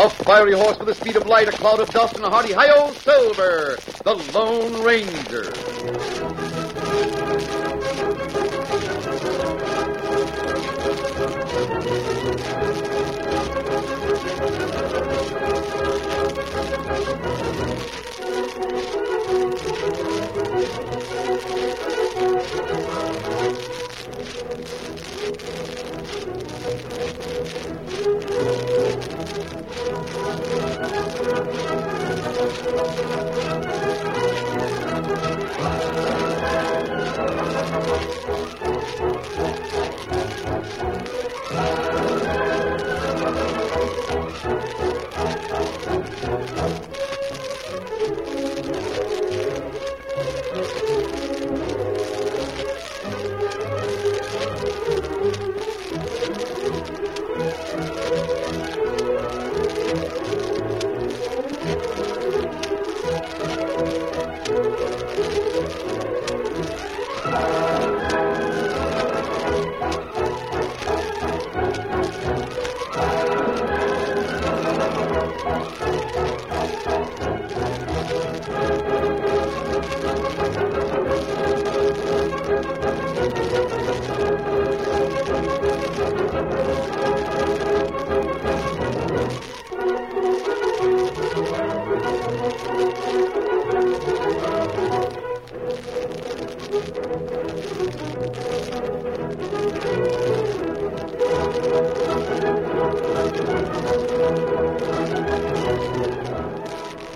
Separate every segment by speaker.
Speaker 1: A fiery horse with the speed of light, a cloud of dust, and a hearty hi old silver, the Lone Ranger.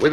Speaker 1: With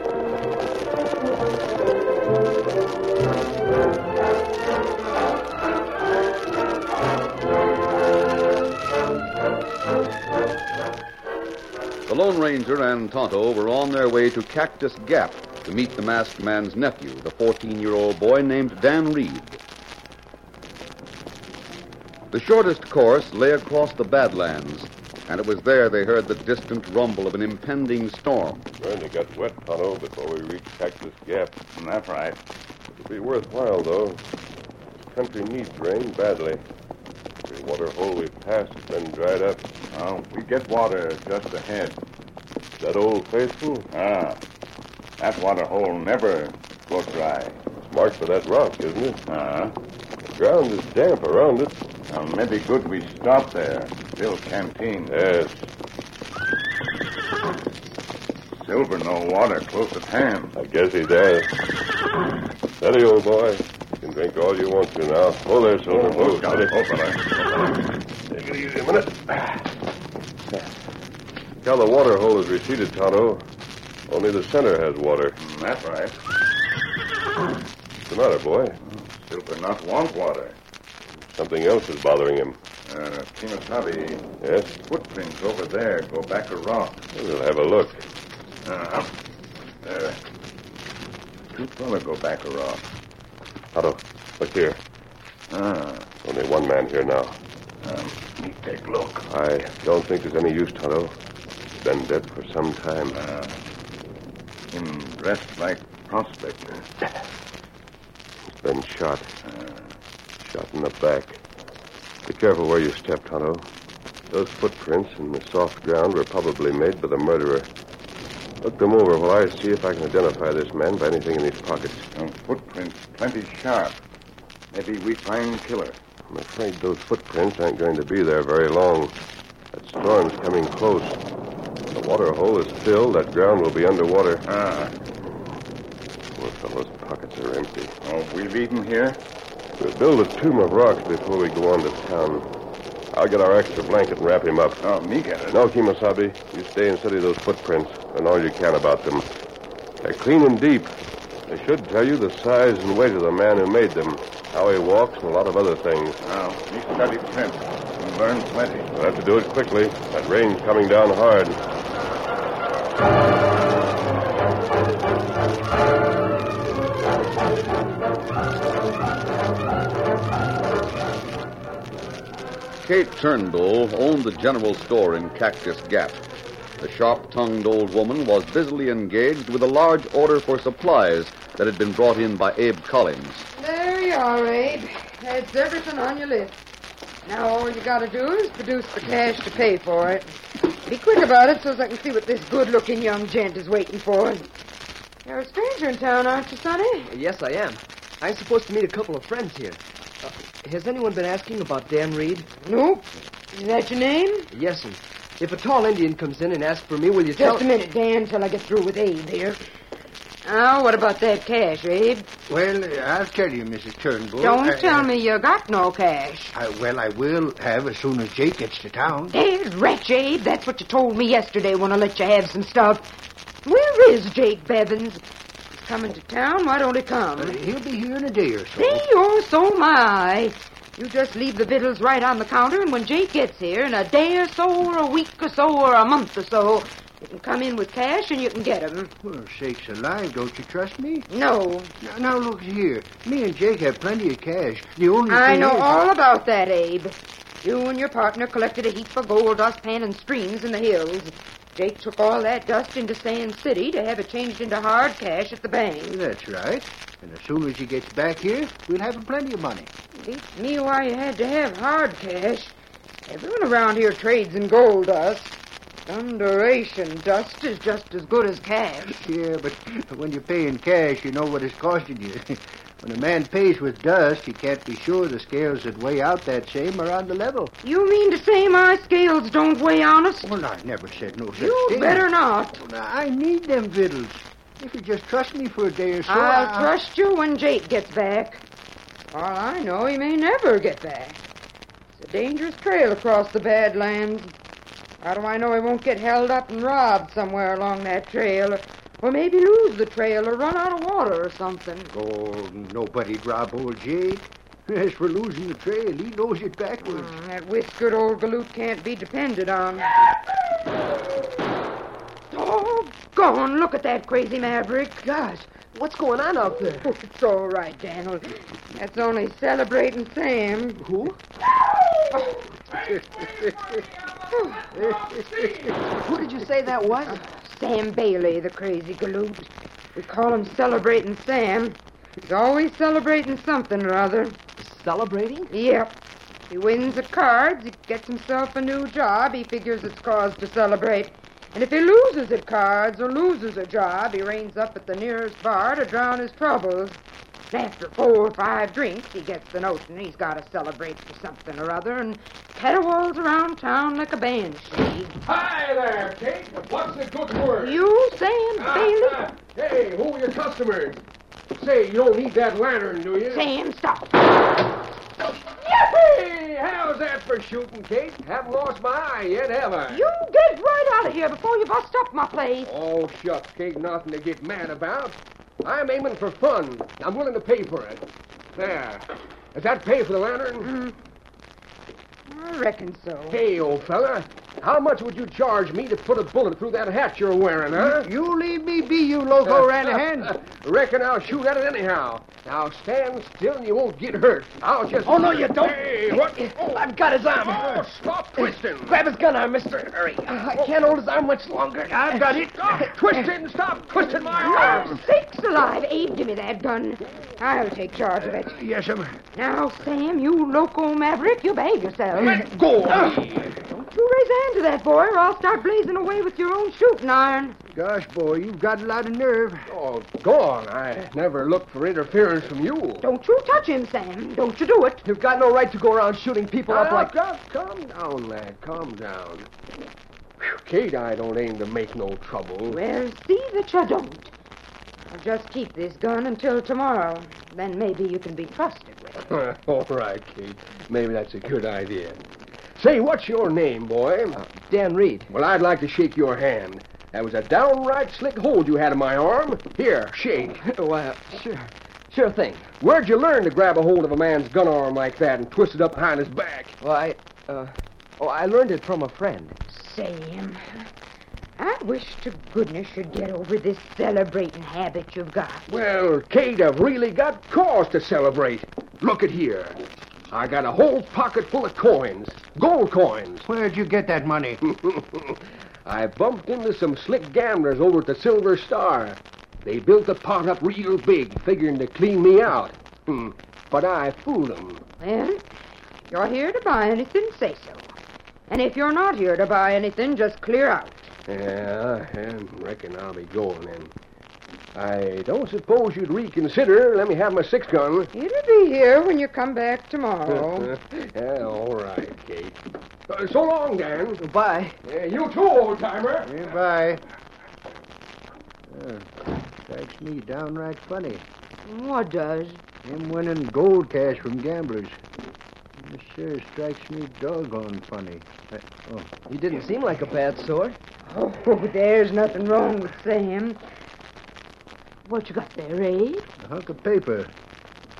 Speaker 2: Away!
Speaker 1: The Lone Ranger and Tonto were on their way to Cactus Gap to meet the masked man's nephew, the 14 year old boy named Dan Reed. The shortest course lay across the Badlands, and it was there they heard the distant rumble of an impending storm.
Speaker 2: Trying to get wet, Tonto, before we reach Cactus Gap.
Speaker 3: That's right.
Speaker 2: It'll be worthwhile, though. This country needs rain badly. Every water hole we passed has been dried up.
Speaker 3: Oh, we get water just ahead.
Speaker 2: That old hmm? faithful?
Speaker 3: Ah, that water hole never goes dry.
Speaker 2: It's marked by that rock, isn't it?
Speaker 3: Ah,
Speaker 2: The ground is damp around it.
Speaker 3: well, maybe good we stop there. Bill canteen.
Speaker 2: Yes.
Speaker 3: Silver no water close at hand.
Speaker 2: I guess he does. Steady, old boy. You can drink all you want to now. Oh, there, Silver. Move. Steady.
Speaker 3: Open it.
Speaker 2: Take it easy a minute. Now the water hole has receded, Tonto. Only the center has water.
Speaker 3: That's right.
Speaker 2: What's the matter, boy?
Speaker 3: Silver not want water.
Speaker 2: Something else is bothering him.
Speaker 3: Uh, Kimasabi,
Speaker 2: Yes?
Speaker 3: footprints over there go back a rock.
Speaker 2: We'll have a look.
Speaker 3: Uh, there. Two fella go back a rock.
Speaker 2: Tonto, look here.
Speaker 3: Ah,
Speaker 2: Only one man here now.
Speaker 3: um, me take look.
Speaker 2: I don't think there's any use, Tonto. He's been dead for some time.
Speaker 3: Uh, him dressed like prospector.
Speaker 2: He's been shot. Shot in the back. Be careful where you step, Tonto. Those footprints in the soft ground were probably made by the murderer. Look them over while I see if I can identify this man by anything in his pockets.
Speaker 3: Some footprints plenty sharp. Maybe we find killer.
Speaker 2: I'm afraid those footprints aren't going to be there very long. That storm's coming close. The water hole is filled. That ground will be underwater.
Speaker 3: Ah,
Speaker 2: Poor fellows. pockets are empty.
Speaker 3: Oh, we've eaten here?
Speaker 2: We'll build a tomb of rocks before we go on to town. I'll get our extra blanket and wrap him up.
Speaker 3: Oh, me get it.
Speaker 2: No, Kimosabe, you stay and study those footprints and all you can about them. They're clean and deep. They should tell you the size and weight of the man who made them, how he walks, and a lot of other things.
Speaker 3: Now, Oh, me study print. We learn plenty.
Speaker 2: We'll have to do it quickly. That rain's coming down hard.
Speaker 1: Kate Turnbull owned the general store in Cactus Gap. The sharp tongued old woman was busily engaged with a large order for supplies that had been brought in by Abe Collins.
Speaker 4: There you are, Abe. That's everything on your list. Now all you gotta do is produce the cash to pay for it. Be quick about it so's I can see what this good looking young gent is waiting for. You're a stranger in town, aren't you, Sonny?
Speaker 5: Yes, I am. I'm supposed to meet a couple of friends here. Uh, has anyone been asking about Dan Reed?
Speaker 4: Nope. Is that your name?
Speaker 5: Yes, and if a tall Indian comes in and asks for me, will you tell
Speaker 4: Just a minute, Dan, till I get through with Abe here. Now, what about that cash, Abe?
Speaker 6: Well, uh, I'll tell you, Mrs. Turnbull.
Speaker 4: Don't
Speaker 6: I-
Speaker 4: tell
Speaker 6: I-
Speaker 4: me you got no cash.
Speaker 6: I- well, I will have as soon as Jake gets to town.
Speaker 4: There's wretch, Abe. That's what you told me yesterday when I let you have some stuff. Where is Jake Bevins? He's coming to town. Why don't he come?
Speaker 6: Uh, He'll be here in a day or so.
Speaker 4: See, oh, so am I. You just leave the victuals right on the counter, and when Jake gets here, in a day or so, or a week or so, or a month or so, you can come in with cash and you can get 'em.
Speaker 6: Well, sakes alive, don't you trust me?
Speaker 4: No,
Speaker 6: Now, now look here. Me and Jake have plenty of cash. The only
Speaker 4: I
Speaker 6: thing
Speaker 4: know
Speaker 6: is-
Speaker 4: all about that, Abe. You and your partner collected a heap of gold dust pan and streams in the hills. Jake took all that dust into Sand City to have it changed into hard cash at the bank.
Speaker 6: That's right. And as soon as he gets back here, we'll have plenty of money.
Speaker 4: Beats me why you had to have hard cash. Everyone around here trades in gold dust. Thunderation, dust is just as good as cash.
Speaker 6: Yeah, but when you pay in cash, you know what it's costing you. when a man pays with dust, he can't be sure the scales that weigh out that same are on the level.
Speaker 4: You mean to say my scales don't weigh honest?
Speaker 6: Well, I never said no such
Speaker 4: You
Speaker 6: thing.
Speaker 4: better not.
Speaker 6: Well, now, I need them vittles. If you just trust me for a day or so,
Speaker 5: Ah.
Speaker 4: I'll trust you when Jake gets back. For All I know, he may never get back. It's a dangerous trail across the Badlands. How do I know he won't get held up and robbed somewhere along that trail? Or maybe lose the trail or run out of water or something.
Speaker 6: Oh, nobody'd rob old Jake. As for losing the trail, he knows it backwards.
Speaker 4: Mm, that whiskered old galoot can't be depended on. Oh, go on, look at that crazy maverick. Gosh,
Speaker 5: What's going on out there?
Speaker 4: it's all right, Daniel. That's only celebrating Sam.
Speaker 5: Who? Who did you say that was?
Speaker 4: Sam Bailey, the crazy galoot. We call him Celebrating Sam. He's always celebrating something or other.
Speaker 5: Celebrating?
Speaker 4: Yep. He wins at cards, he gets himself a new job, he figures it's cause to celebrate. And if he loses at cards or loses a job, he reins up at the nearest bar to drown his troubles. And after four or five drinks, he gets the notion he's got to celebrate for something or other and caterwauls around town like a banshee.
Speaker 7: Hi there, Kate. What's the good word?
Speaker 4: You, Sam
Speaker 7: Ah,
Speaker 4: Bailey?
Speaker 7: ah. Hey, who are your customers? Say, you don't need that lantern, do you?
Speaker 4: Sam, stop.
Speaker 7: Hey, how's that for shooting, Kate? Haven't lost my eye yet, have I?
Speaker 4: You get right out of here before you bust up my place.
Speaker 7: Oh, shucks, Kate, nothing to get mad about. I'm aiming for fun. I'm willing to pay for it. There. Does that pay for the
Speaker 4: Mm.
Speaker 7: lantern?
Speaker 4: I reckon so.
Speaker 7: Hey, old fella, how much would you charge me to put a bullet through that hat you're wearing, huh?
Speaker 6: You leave me be, you loco
Speaker 7: Uh,
Speaker 6: Ranahan.
Speaker 7: Reckon I'll shoot at it anyhow. Now stand still and you won't get hurt. I'll just.
Speaker 5: Oh, no, you don't.
Speaker 7: Hey, what?
Speaker 5: Oh, I've got his arm.
Speaker 7: Oh, stop twisting.
Speaker 5: Grab his gun arm, mister. Hurry. I can't hold his arm much longer. I've got it.
Speaker 7: Stop twisting. Stop twisting my
Speaker 4: Oh,
Speaker 7: arm.
Speaker 4: sakes alive, Abe, give me that gun. I'll take charge of it.
Speaker 7: Yes, sir.
Speaker 4: Now, Sam, you loco maverick, you behave yourself.
Speaker 7: Let go. of
Speaker 5: Oh.
Speaker 7: me.
Speaker 4: You raise a hand to that boy, or I'll start blazing away with your own shooting iron.
Speaker 6: Gosh, boy, you've got a lot of nerve.
Speaker 7: Oh, gone. I never looked for interference from you.
Speaker 4: Don't you touch him, Sam. Don't you do it.
Speaker 5: You've got no right to go around shooting people up
Speaker 7: Now,
Speaker 5: like.
Speaker 7: come, calm down, lad. Calm down. Whew, Kate, I don't aim to make no trouble.
Speaker 4: Well, see that you don't. I'll just keep this gun until tomorrow. Then maybe you can be trusted with it.
Speaker 7: All right, Kate. Maybe that's a good idea. Say, what's your name, boy?
Speaker 5: Uh, Dan Reed.
Speaker 7: Well, I'd like to shake your hand. That was a downright slick hold you had of my arm. Here, shake.
Speaker 5: Why, uh, sure. Sure thing.
Speaker 7: Where'd you learn to grab a hold of a man's gun arm like that and twist it up behind his back?
Speaker 5: Well, I, uh, oh, I learned it from a friend.
Speaker 4: Sam, I wish to goodness you'd get over this celebrating habit you've got.
Speaker 7: Well, Kate, I've really got cause to celebrate. Look at here. I got a whole pocket full of coins, gold coins.
Speaker 6: Where'd you get that money?
Speaker 7: I bumped into some slick gamblers over at the Silver Star. They built the pot up real big, figuring to clean me out. Hmm. But I fooled 'em.
Speaker 4: Well, if Eh? you're here to buy anything, say so. And if you're not here to buy anything, just clear out.
Speaker 7: Yeah, I reckon I'll be going then. I don't suppose you'd reconsider. Let me have my six gun.
Speaker 4: It'll be here when you come back tomorrow.
Speaker 7: yeah, all right, Kate. Uh, so long, Dan.
Speaker 5: Goodbye.
Speaker 7: Yeah, you too, old timer.
Speaker 6: Goodbye. Oh, strikes me downright funny.
Speaker 4: What does?
Speaker 6: Him winning gold cash from gamblers. This sure strikes me doggone funny. Uh, oh,
Speaker 5: You didn't seem like a bad sort.
Speaker 4: Oh, there's nothing wrong with Sam. What you got there, Ray?
Speaker 6: a hunk of paper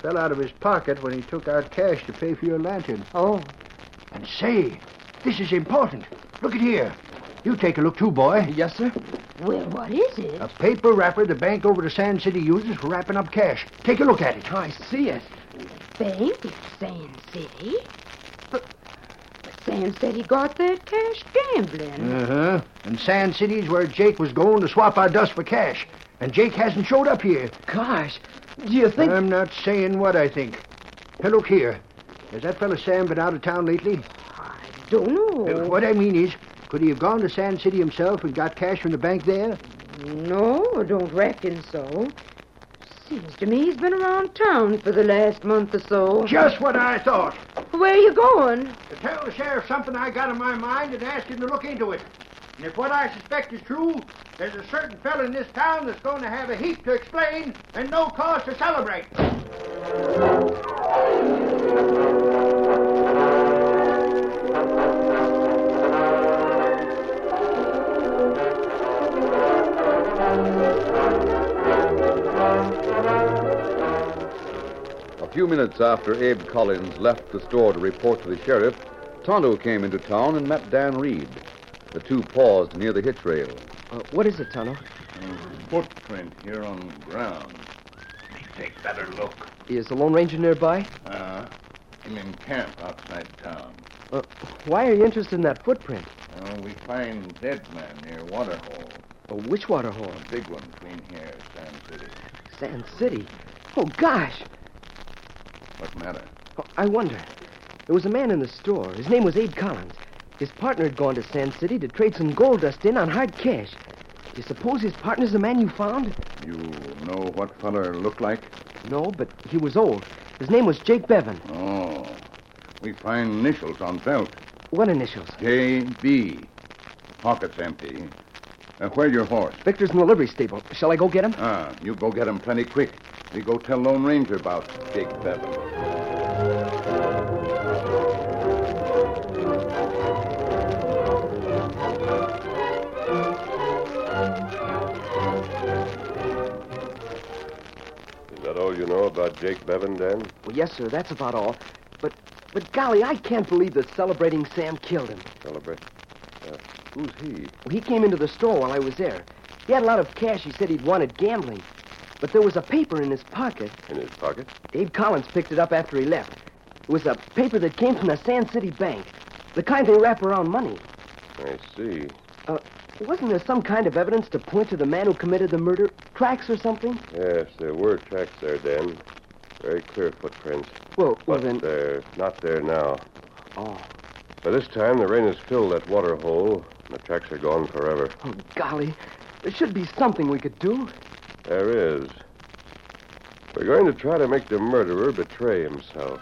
Speaker 6: fell out of his pocket when he took out cash to pay for your lantern.
Speaker 4: Oh,
Speaker 6: And say, this is important. Look at here. You take a look too, boy.
Speaker 5: Yes, sir.
Speaker 4: well, what is it?
Speaker 6: A paper wrapper the bank over to Sand City uses for wrapping up cash. Take a look at it.
Speaker 5: I see it.
Speaker 4: Bank in Sand City. But, but Sam said he got that cash gambling.
Speaker 6: Uh huh. And Sand City's where Jake was going to swap our dust for cash. And Jake hasn't showed up here.
Speaker 5: Gosh, do you think?
Speaker 6: I'm not saying what I think. Hey, look here. Has that fellow Sam been out of town lately?
Speaker 4: I don't know.
Speaker 5: Oh.
Speaker 6: Uh, What I mean is, could he have gone to Sand City himself and got cash from the bank there?
Speaker 4: No, I don't reckon so. Seems to me he's been around town for the last month or so.
Speaker 6: Just what I thought.
Speaker 4: Where you going?
Speaker 6: To tell the sheriff something I got in my mind and ask him to look into it. And if what I suspect is true, there's a certain fellow in this town that's going to have a heap to explain and no cause to celebrate.
Speaker 1: A few minutes after Abe Collins left the store to report to the sheriff, Tonto came into town and met Dan Reed. The two paused near the hitch rail.
Speaker 5: Uh, what is it, Tonto?
Speaker 3: Footprint here on the ground. Take better look.
Speaker 5: Is the Lone Ranger nearby?
Speaker 3: Uh, him in camp outside town.
Speaker 5: Uh, why are you interested in that footprint?
Speaker 3: Uh, we find dead man near Waterhole.
Speaker 5: Uh, which water hole?
Speaker 3: A big one between here, Sand City.
Speaker 5: Sand City. Oh, gosh.
Speaker 3: What matter?
Speaker 5: Oh, I wonder. There was a man in the store. His name was Abe Collins. His partner had gone to Sand City to trade some gold dust in on hard cash. Do you suppose his partner's the man you found?
Speaker 3: You know what feller looked like?
Speaker 5: No, but he was old. His name was Jake Bevan.
Speaker 3: Oh. We find initials on belt.
Speaker 5: What initials?
Speaker 3: J.B. Pocket's empty. Uh, where your horse?
Speaker 5: Victor's in the livery stable. Shall I go get him?
Speaker 3: Ah, you go get him plenty quick. We go tell Lone Ranger about Jake Bevan.
Speaker 2: Is that all you know about Jake Bevan, Dan?
Speaker 5: Well, yes, sir. That's about all. But, but golly, I can't believe that celebrating Sam killed him.
Speaker 2: Celebrate. Uh, who's he?
Speaker 5: He came into the store while I was there. He had a lot of cash. He said he'd wanted gambling, but there was a paper in his pocket.
Speaker 2: In his pocket?
Speaker 5: Abe Collins picked it up after he left. It was a paper that came from the Sand City Bank, the kind they wrap around money.
Speaker 2: I see.
Speaker 5: Uh, wasn't there some kind of evidence to point to the man who committed the murder? Tracks or something?
Speaker 2: Yes, there were tracks there, Dan. Very clear footprints.
Speaker 5: Well, well
Speaker 2: But
Speaker 5: then.
Speaker 2: they're not there now.
Speaker 5: Oh,
Speaker 2: By this time, the rain has filled that water hole, and the tracks are gone forever.
Speaker 5: oh, golly. There should be something we could do.
Speaker 2: There is. We're going to try to make the murderer betray himself.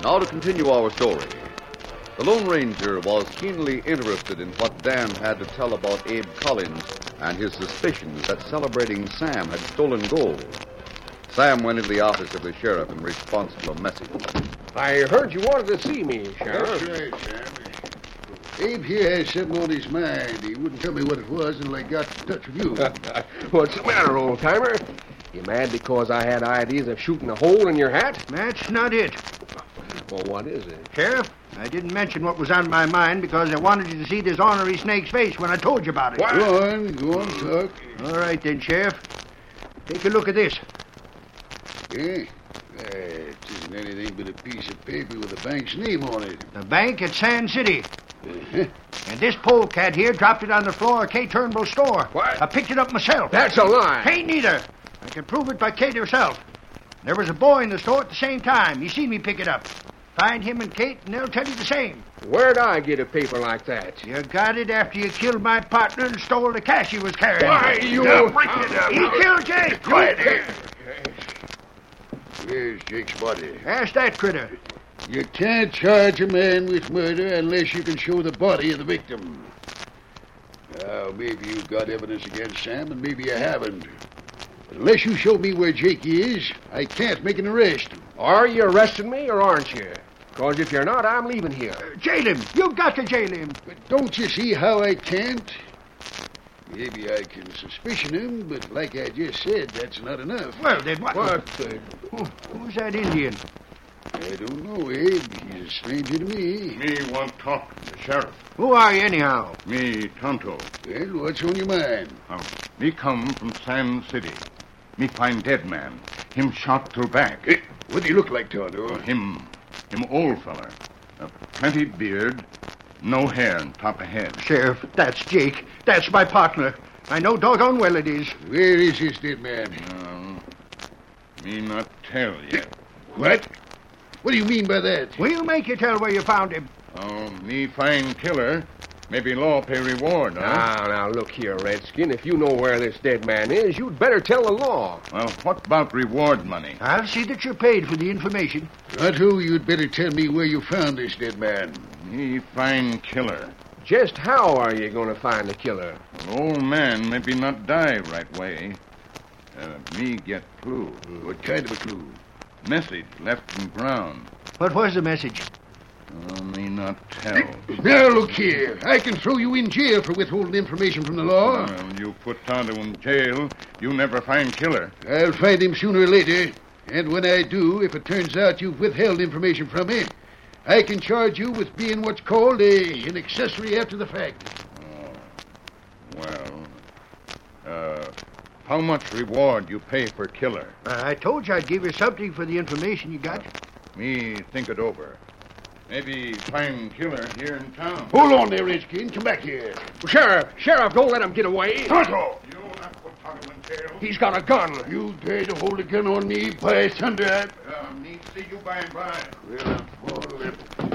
Speaker 1: Now to continue our story. The Lone Ranger was keenly interested in what Dan had to tell about Abe Collins and his suspicions that celebrating Sam had stolen gold. Sam went into the office of the sheriff in response to a message.
Speaker 7: I heard you wanted to see me, Sheriff.
Speaker 3: right, Sam. Abe here has something on his mind. He wouldn't tell me what it was until I got in touch with you.
Speaker 7: What's the matter, old timer? You mad because I had ideas of shooting a hole in your hat?
Speaker 6: That's not it.
Speaker 7: Well, what is it?
Speaker 6: Sheriff, I didn't mention what was on my mind because I wanted you to see this ornery snake's face when I told you about it.
Speaker 3: Go on, go on, talk.
Speaker 6: All right then, Sheriff. Take a look at this.
Speaker 3: Yeah? Uh, it isn't anything but a piece of paper with the bank's name on it.
Speaker 6: The bank at Sand City. And this polecat here dropped it on the floor of Kay Turnbull's store.
Speaker 7: What?
Speaker 6: I picked it up myself.
Speaker 7: That's a lie.
Speaker 6: Ain't neither. I can prove it by Kate herself. There was a boy in the store at the same time. He seen me pick it up. Find him and Kate, and they'll tell you the same.
Speaker 7: Where'd I get a paper like that?
Speaker 6: You got it after you killed my partner and stole the cash he was carrying.
Speaker 3: Why, you-
Speaker 6: Now, break it up. He killed Jake. Quiet
Speaker 3: Where's Jake's body?
Speaker 6: Ask that critter.
Speaker 3: You can't charge a man with murder unless you can show the body of the victim. Now, maybe you've got evidence against Sam, and maybe you haven't. But unless you show me where Jake is, I can't make an arrest.
Speaker 7: Are you arresting me or aren't you? Because if you're not, I'm leaving here.
Speaker 6: Jail him. You got to jail him.
Speaker 3: But don't you see how I can't? Maybe I can suspicion him, but like I just said, that's not enough.
Speaker 6: Well, then what?
Speaker 3: What the-
Speaker 6: Who- Who's that Indian?
Speaker 3: I don't know, Abe. He's a stranger to me.
Speaker 8: Me want talk to the sheriff.
Speaker 6: Who are you, anyhow?
Speaker 8: Me Tonto.
Speaker 3: Well, what's on your mind?
Speaker 6: Oh.
Speaker 8: Me come from Sand City. Me find dead man. Him shot through back.
Speaker 3: Eh, What do you look like, Tonto?
Speaker 8: Him, him old feller. A plenty beard, no hair on top of head.
Speaker 6: Sheriff, that's Jake. That's my partner. I know doggone well it is.
Speaker 3: Where is this dead man?
Speaker 8: Um, me not tell yet.
Speaker 3: What? What do you mean by that?
Speaker 6: We'll make you tell where you found him.
Speaker 8: Oh, me find killer. Maybe law pay reward,
Speaker 3: Ah.
Speaker 8: huh?
Speaker 7: Now, Ah, now, look here, Redskin. If you know where this dead man is, you'd better tell the law.
Speaker 8: Well, what about reward money?
Speaker 6: I'll see that you're paid for the information.
Speaker 3: Tonto, you'd better tell me where you found this dead man.
Speaker 8: Me find killer.
Speaker 7: Just how are you going to find the killer?
Speaker 8: Old man maybe not die right way. Uh, me get clue.
Speaker 3: What kind of a clue?
Speaker 8: Message left in ground.
Speaker 6: What was the message?
Speaker 8: Oh, me not tell.
Speaker 3: Now, look here. I can throw you in jail for withholding information from the law.
Speaker 8: Well, you put Tonto in jail, you never find killer.
Speaker 3: I'll find him sooner or later. And when I do, if it turns out you've withheld information from him, I can charge you with being what's called a, an accessory after the fact.
Speaker 8: Well, uh, how much reward you pay for killer?
Speaker 6: Uh, I told you I'd give you something for the information you got.
Speaker 8: Me think it over. Maybe find killer here in town.
Speaker 3: Hold on there, Redskin. Come back here.
Speaker 7: Sheriff, Sheriff, don't let him get away.
Speaker 3: Tonto!
Speaker 8: You not put Tonto in jail.
Speaker 7: He's got a gun.
Speaker 3: You dare to hold a gun on me? By thunder, I...
Speaker 8: Uh, me see you by and by.
Speaker 3: Well, I'll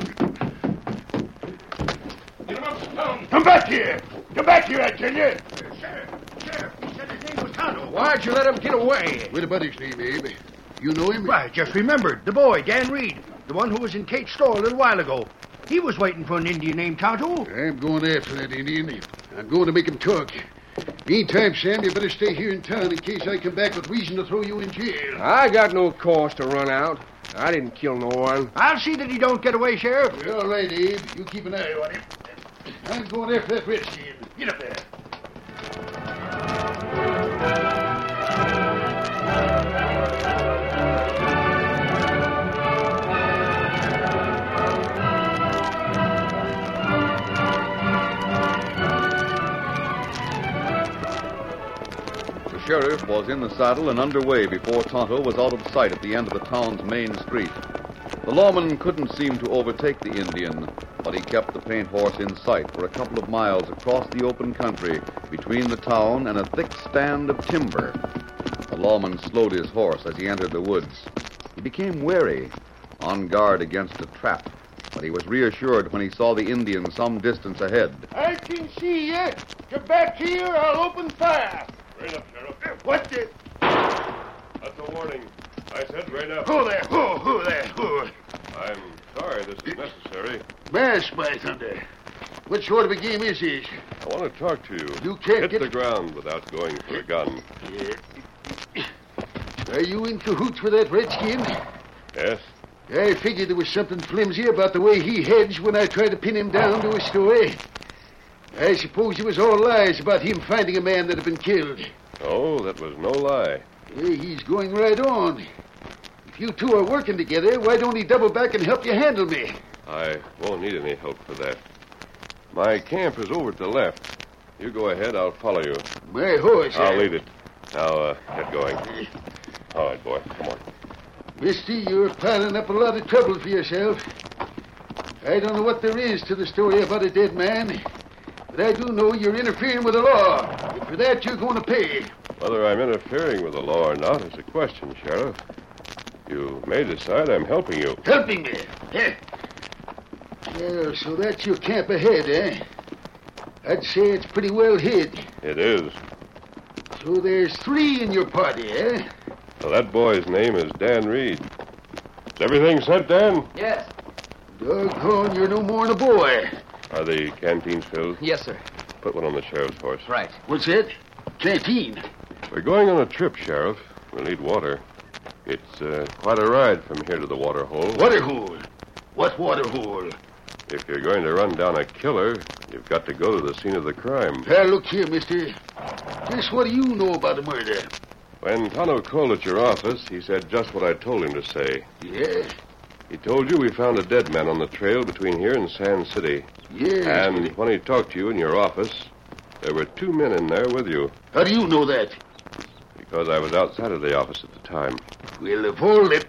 Speaker 8: Get him up, Stone.
Speaker 3: Come back here! Come back here, I tell you!
Speaker 8: Sheriff, Sheriff, he said his name was Tonto.
Speaker 7: Why'd you let him get away?
Speaker 3: What about his name, Abe? You know him?
Speaker 6: Well, I just remembered. The boy, Dan Reed. The one who was in Kate's store a little while ago. He was waiting for an Indian named Tonto.
Speaker 3: I'm going after that Indian.
Speaker 6: I'm going to make him talk. Meantime, Sam, you better stay here in town in case I come back with reason to throw you in jail.
Speaker 7: I got no cause to run out. I didn't kill no one.
Speaker 3: I'll see that he don't get away, Sheriff.
Speaker 6: Well, all right, Abe. You keep an eye on him. I'm going after that redskin. Get up there.
Speaker 1: The sheriff was in the saddle and underway before Tonto was out of sight at the end of the town's main street. The lawman couldn't seem to overtake the Indian, but he kept the paint horse in sight for a couple of miles across the open country between the town and a thick stand of timber. The lawman slowed his horse as he entered the woods. He became wary, on guard against a trap, but he was reassured when he saw the Indian some distance ahead.
Speaker 6: I can see you. Get back here, I'll open fire.
Speaker 2: Right up, Sheriff.
Speaker 6: What the?
Speaker 2: That's a warning. I said right up.
Speaker 6: Who there? Who? Who there? Who?
Speaker 2: I'm sorry this is necessary.
Speaker 6: Mass, by thunder. What sort of a game is this?
Speaker 2: I want to talk to you.
Speaker 6: You can't
Speaker 2: Hit
Speaker 6: get-
Speaker 2: the ground without going for a gun.
Speaker 6: Are you in cahoots with that redskin?
Speaker 2: Yes?
Speaker 6: I figured there was something flimsy about the way he hedged when I tried to pin him down to his story. I suppose it was all lies about him finding a man that had been killed.
Speaker 2: Oh, that was no lie.
Speaker 6: Hey, he's going right on. If you two are working together, why don't he double back and help you handle me?
Speaker 2: I won't need any help for that. My camp is over to the left. You go ahead, I'll follow you.
Speaker 6: My horse.
Speaker 2: I'll
Speaker 6: eh?
Speaker 2: lead it. Now, uh, get going. All right, boy. Come on.
Speaker 6: Mister, you're piling up a lot of trouble for yourself. I don't know what there is to the story about a dead man, but I do know you're interfering with the law. And for that, you're going to pay.
Speaker 2: Whether I'm interfering with the law or not is a question, Sheriff. You may decide I'm helping you.
Speaker 6: Helping me. Eh? Well, so that's your camp ahead, eh? I'd say it's pretty well hid.
Speaker 2: It is.
Speaker 6: So there's three in your party, eh?
Speaker 2: Well, that boy's name is Dan Reed. Is everything set, Dan?
Speaker 9: Yes.
Speaker 6: Doggone, you're no more than a boy.
Speaker 2: Are the canteens filled?
Speaker 9: Yes, sir.
Speaker 2: Put one on the sheriff's horse.
Speaker 9: Right.
Speaker 6: What's it? Canteen.
Speaker 2: We're going on a trip, Sheriff. We'll need water. It's uh, quite a ride from here to the water hole.
Speaker 6: Water hole. What water hole?
Speaker 2: If you're going to run down a killer, you've got to go to the scene of the crime.
Speaker 6: Well, look here, mister. Just what do you know about a murder?
Speaker 2: When Tonto called at your office, he said just what I told him to say.
Speaker 6: Yeah,
Speaker 2: He told you we found a dead man on the trail between here and Sand City.
Speaker 3: Ah.
Speaker 6: yeah.
Speaker 2: And when he talked to you in your office, there were two men in there with you
Speaker 6: How do you know that?
Speaker 2: because I was outside of the office at the time.
Speaker 6: Well, of all that.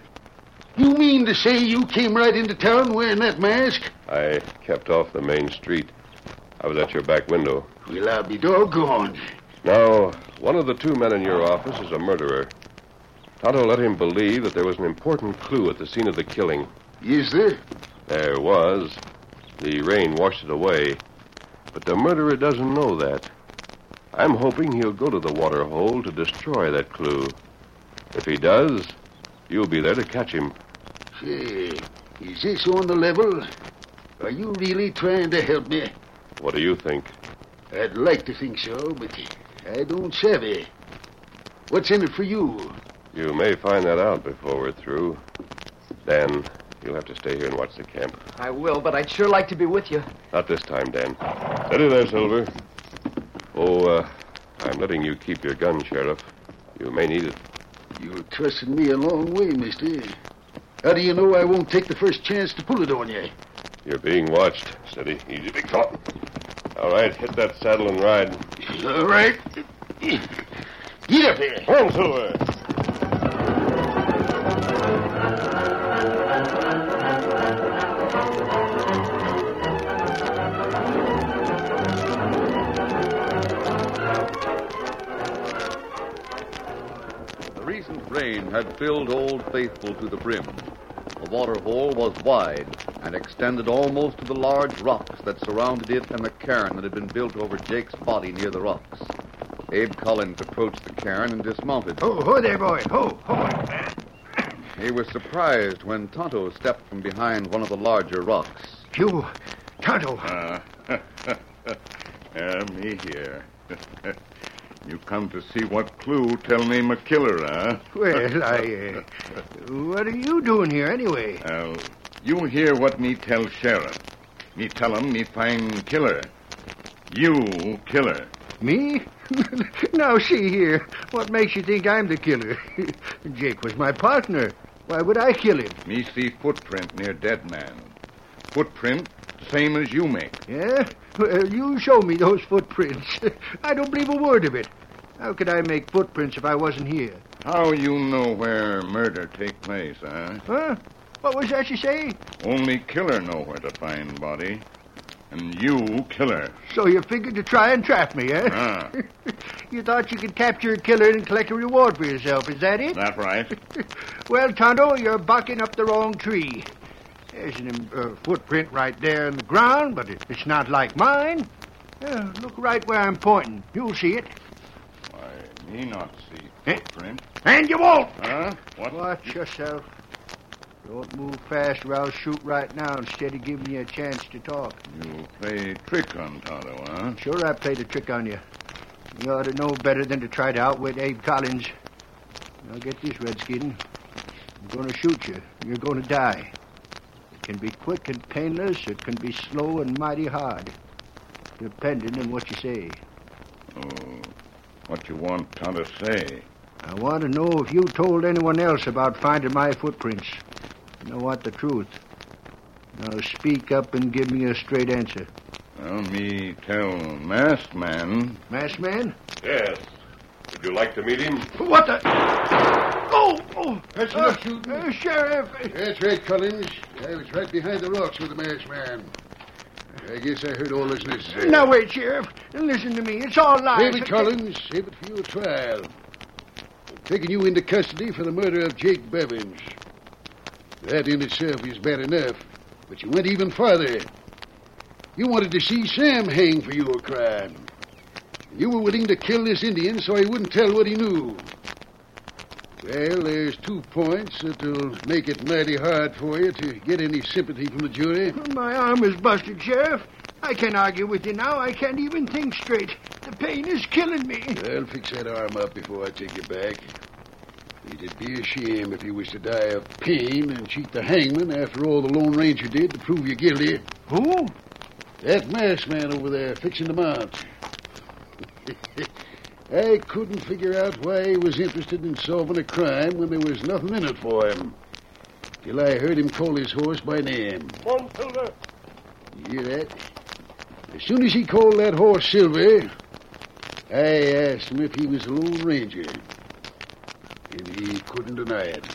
Speaker 6: You mean to say you came right into town wearing that mask?
Speaker 2: I kept off the main street. I was at your back window.
Speaker 6: Well, I'll be doggone.
Speaker 2: Now, one of the two men in your office is a murderer. Tonto let him believe that there was an important clue at the scene of the killing.
Speaker 6: Is there?
Speaker 2: There was. The rain washed it away. But the murderer doesn't know that. I'm hoping he'll go to the water hole to destroy that clue. If he does, you'll be there to catch him.
Speaker 6: Say, is this on the level? Are you really trying to help me?
Speaker 2: What do you think?
Speaker 6: I'd like to think so, but I don't savvy. What's in it for you?
Speaker 2: You may find that out before we're through. Dan, you'll have to stay here and watch the camp.
Speaker 9: I will, but I'd sure like to be with you.
Speaker 2: Not this time, Dan. Steady there, Silver. Oh, uh, I'm letting you keep your gun, Sheriff. You may need it.
Speaker 6: You're trusting me a long way, mister. How do you know I won't take the first chance to pull it on you?
Speaker 2: You're being watched. Steady. Easy, big fella. All right, hit that saddle and ride.
Speaker 6: All right. Get up here.
Speaker 2: Come on, Silver.
Speaker 1: The recent rain had filled Old Faithful to the brim. The water hole was wide and extended almost to the large rocks that surrounded it and the cairn that had been built over Jake's body near the rocks. Abe Collins approached the cairn and dismounted.
Speaker 6: Oh.
Speaker 3: Ho, Oh, ho there, boy. Ho, ho.
Speaker 1: He was surprised when Tonto stepped from behind one of the larger rocks.
Speaker 3: You, Tonto.
Speaker 10: Uh,
Speaker 8: Ah, me here. you come to see what clue tell me McKiller, huh?
Speaker 6: Well, I, uh, what are you doing here anyway?
Speaker 8: Well, you hear what me tell sheriff. Me tell him me find killer. You killer.
Speaker 6: Me? now, see here. What makes you think I'm the killer? Jake was my partner. Why would I kill him?
Speaker 8: Me see footprint near dead man. Footprint same as you make.
Speaker 6: Yeah? Well, you show me those footprints. I don't believe a word of it. How could I make footprints if I wasn't here?
Speaker 8: How you know where murder take place, huh?
Speaker 6: Huh? What was that you say?
Speaker 8: Only killer know where to find body. And you killer.
Speaker 6: So you figured to try and trap me, eh?
Speaker 8: Ah.
Speaker 6: you thought you could capture a killer and collect a reward for yourself, is that it?
Speaker 8: That right?
Speaker 6: well, Tonto, you're bucking up the wrong tree. There's an uh, footprint right there in the ground, but it, it's not like mine. Uh, look right where I'm pointing. You'll see it.
Speaker 8: Why, me not see
Speaker 6: Eh?
Speaker 8: footprint.
Speaker 6: And you won't!
Speaker 8: Huh? What?
Speaker 6: Watch yourself. Don't move fast or I'll shoot right now instead of giving you a chance to talk.
Speaker 8: You play trick on Tonto, huh?
Speaker 6: Sure, I played a trick on you. You ought to know better than to try to outwit Abe Collins. Now get this, Redskin. I'm going to shoot you. You're going to die. It can be quick and painless. It can be slow and mighty hard, depending on what you say.
Speaker 8: Oh, what you want Tonto say?
Speaker 6: I want to know if you told anyone else about finding my footprints. You know what? The truth. Now speak up and give me a straight answer.
Speaker 8: Well, me tell masked man.
Speaker 6: Masked man?
Speaker 11: Yes. Would you like to meet him?
Speaker 6: What the? Oh, oh.
Speaker 3: That's
Speaker 6: Uh,
Speaker 3: enough shooting.
Speaker 6: uh, Sheriff.
Speaker 3: That's right, Collins. I was right behind the rocks with the masked man. I guess I heard all this necessary.
Speaker 6: Now, wait, Sheriff. Listen to me. It's all lies.
Speaker 3: David Collins, save it for your trial. I'm taking you into custody for the murder of Jake Bevins. That in itself is bad enough, but you went even farther. You wanted to see Sam hang for your crime. You were willing to kill this Indian so he wouldn't tell what he knew. Well, there's two points that'll make it mighty hard for you to get any sympathy from the jury.
Speaker 6: My arm is busted, Sheriff. I can't argue with you now. I can't even think straight. The pain is killing me.
Speaker 3: I'll fix that arm up before I take you back. It'd be a shame if you was to die of pain and cheat the hangman after all the Lone Ranger did to prove you guilty.
Speaker 6: Who?
Speaker 3: That masked man over there fixing the mount. I couldn't figure out why he was interested in solving a crime when there was nothing in it for him. Till I heard him call his horse by name. You hear that? As soon as he called that horse Silver, I asked him if he was a Lone Ranger. And he couldn't deny it.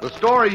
Speaker 1: The story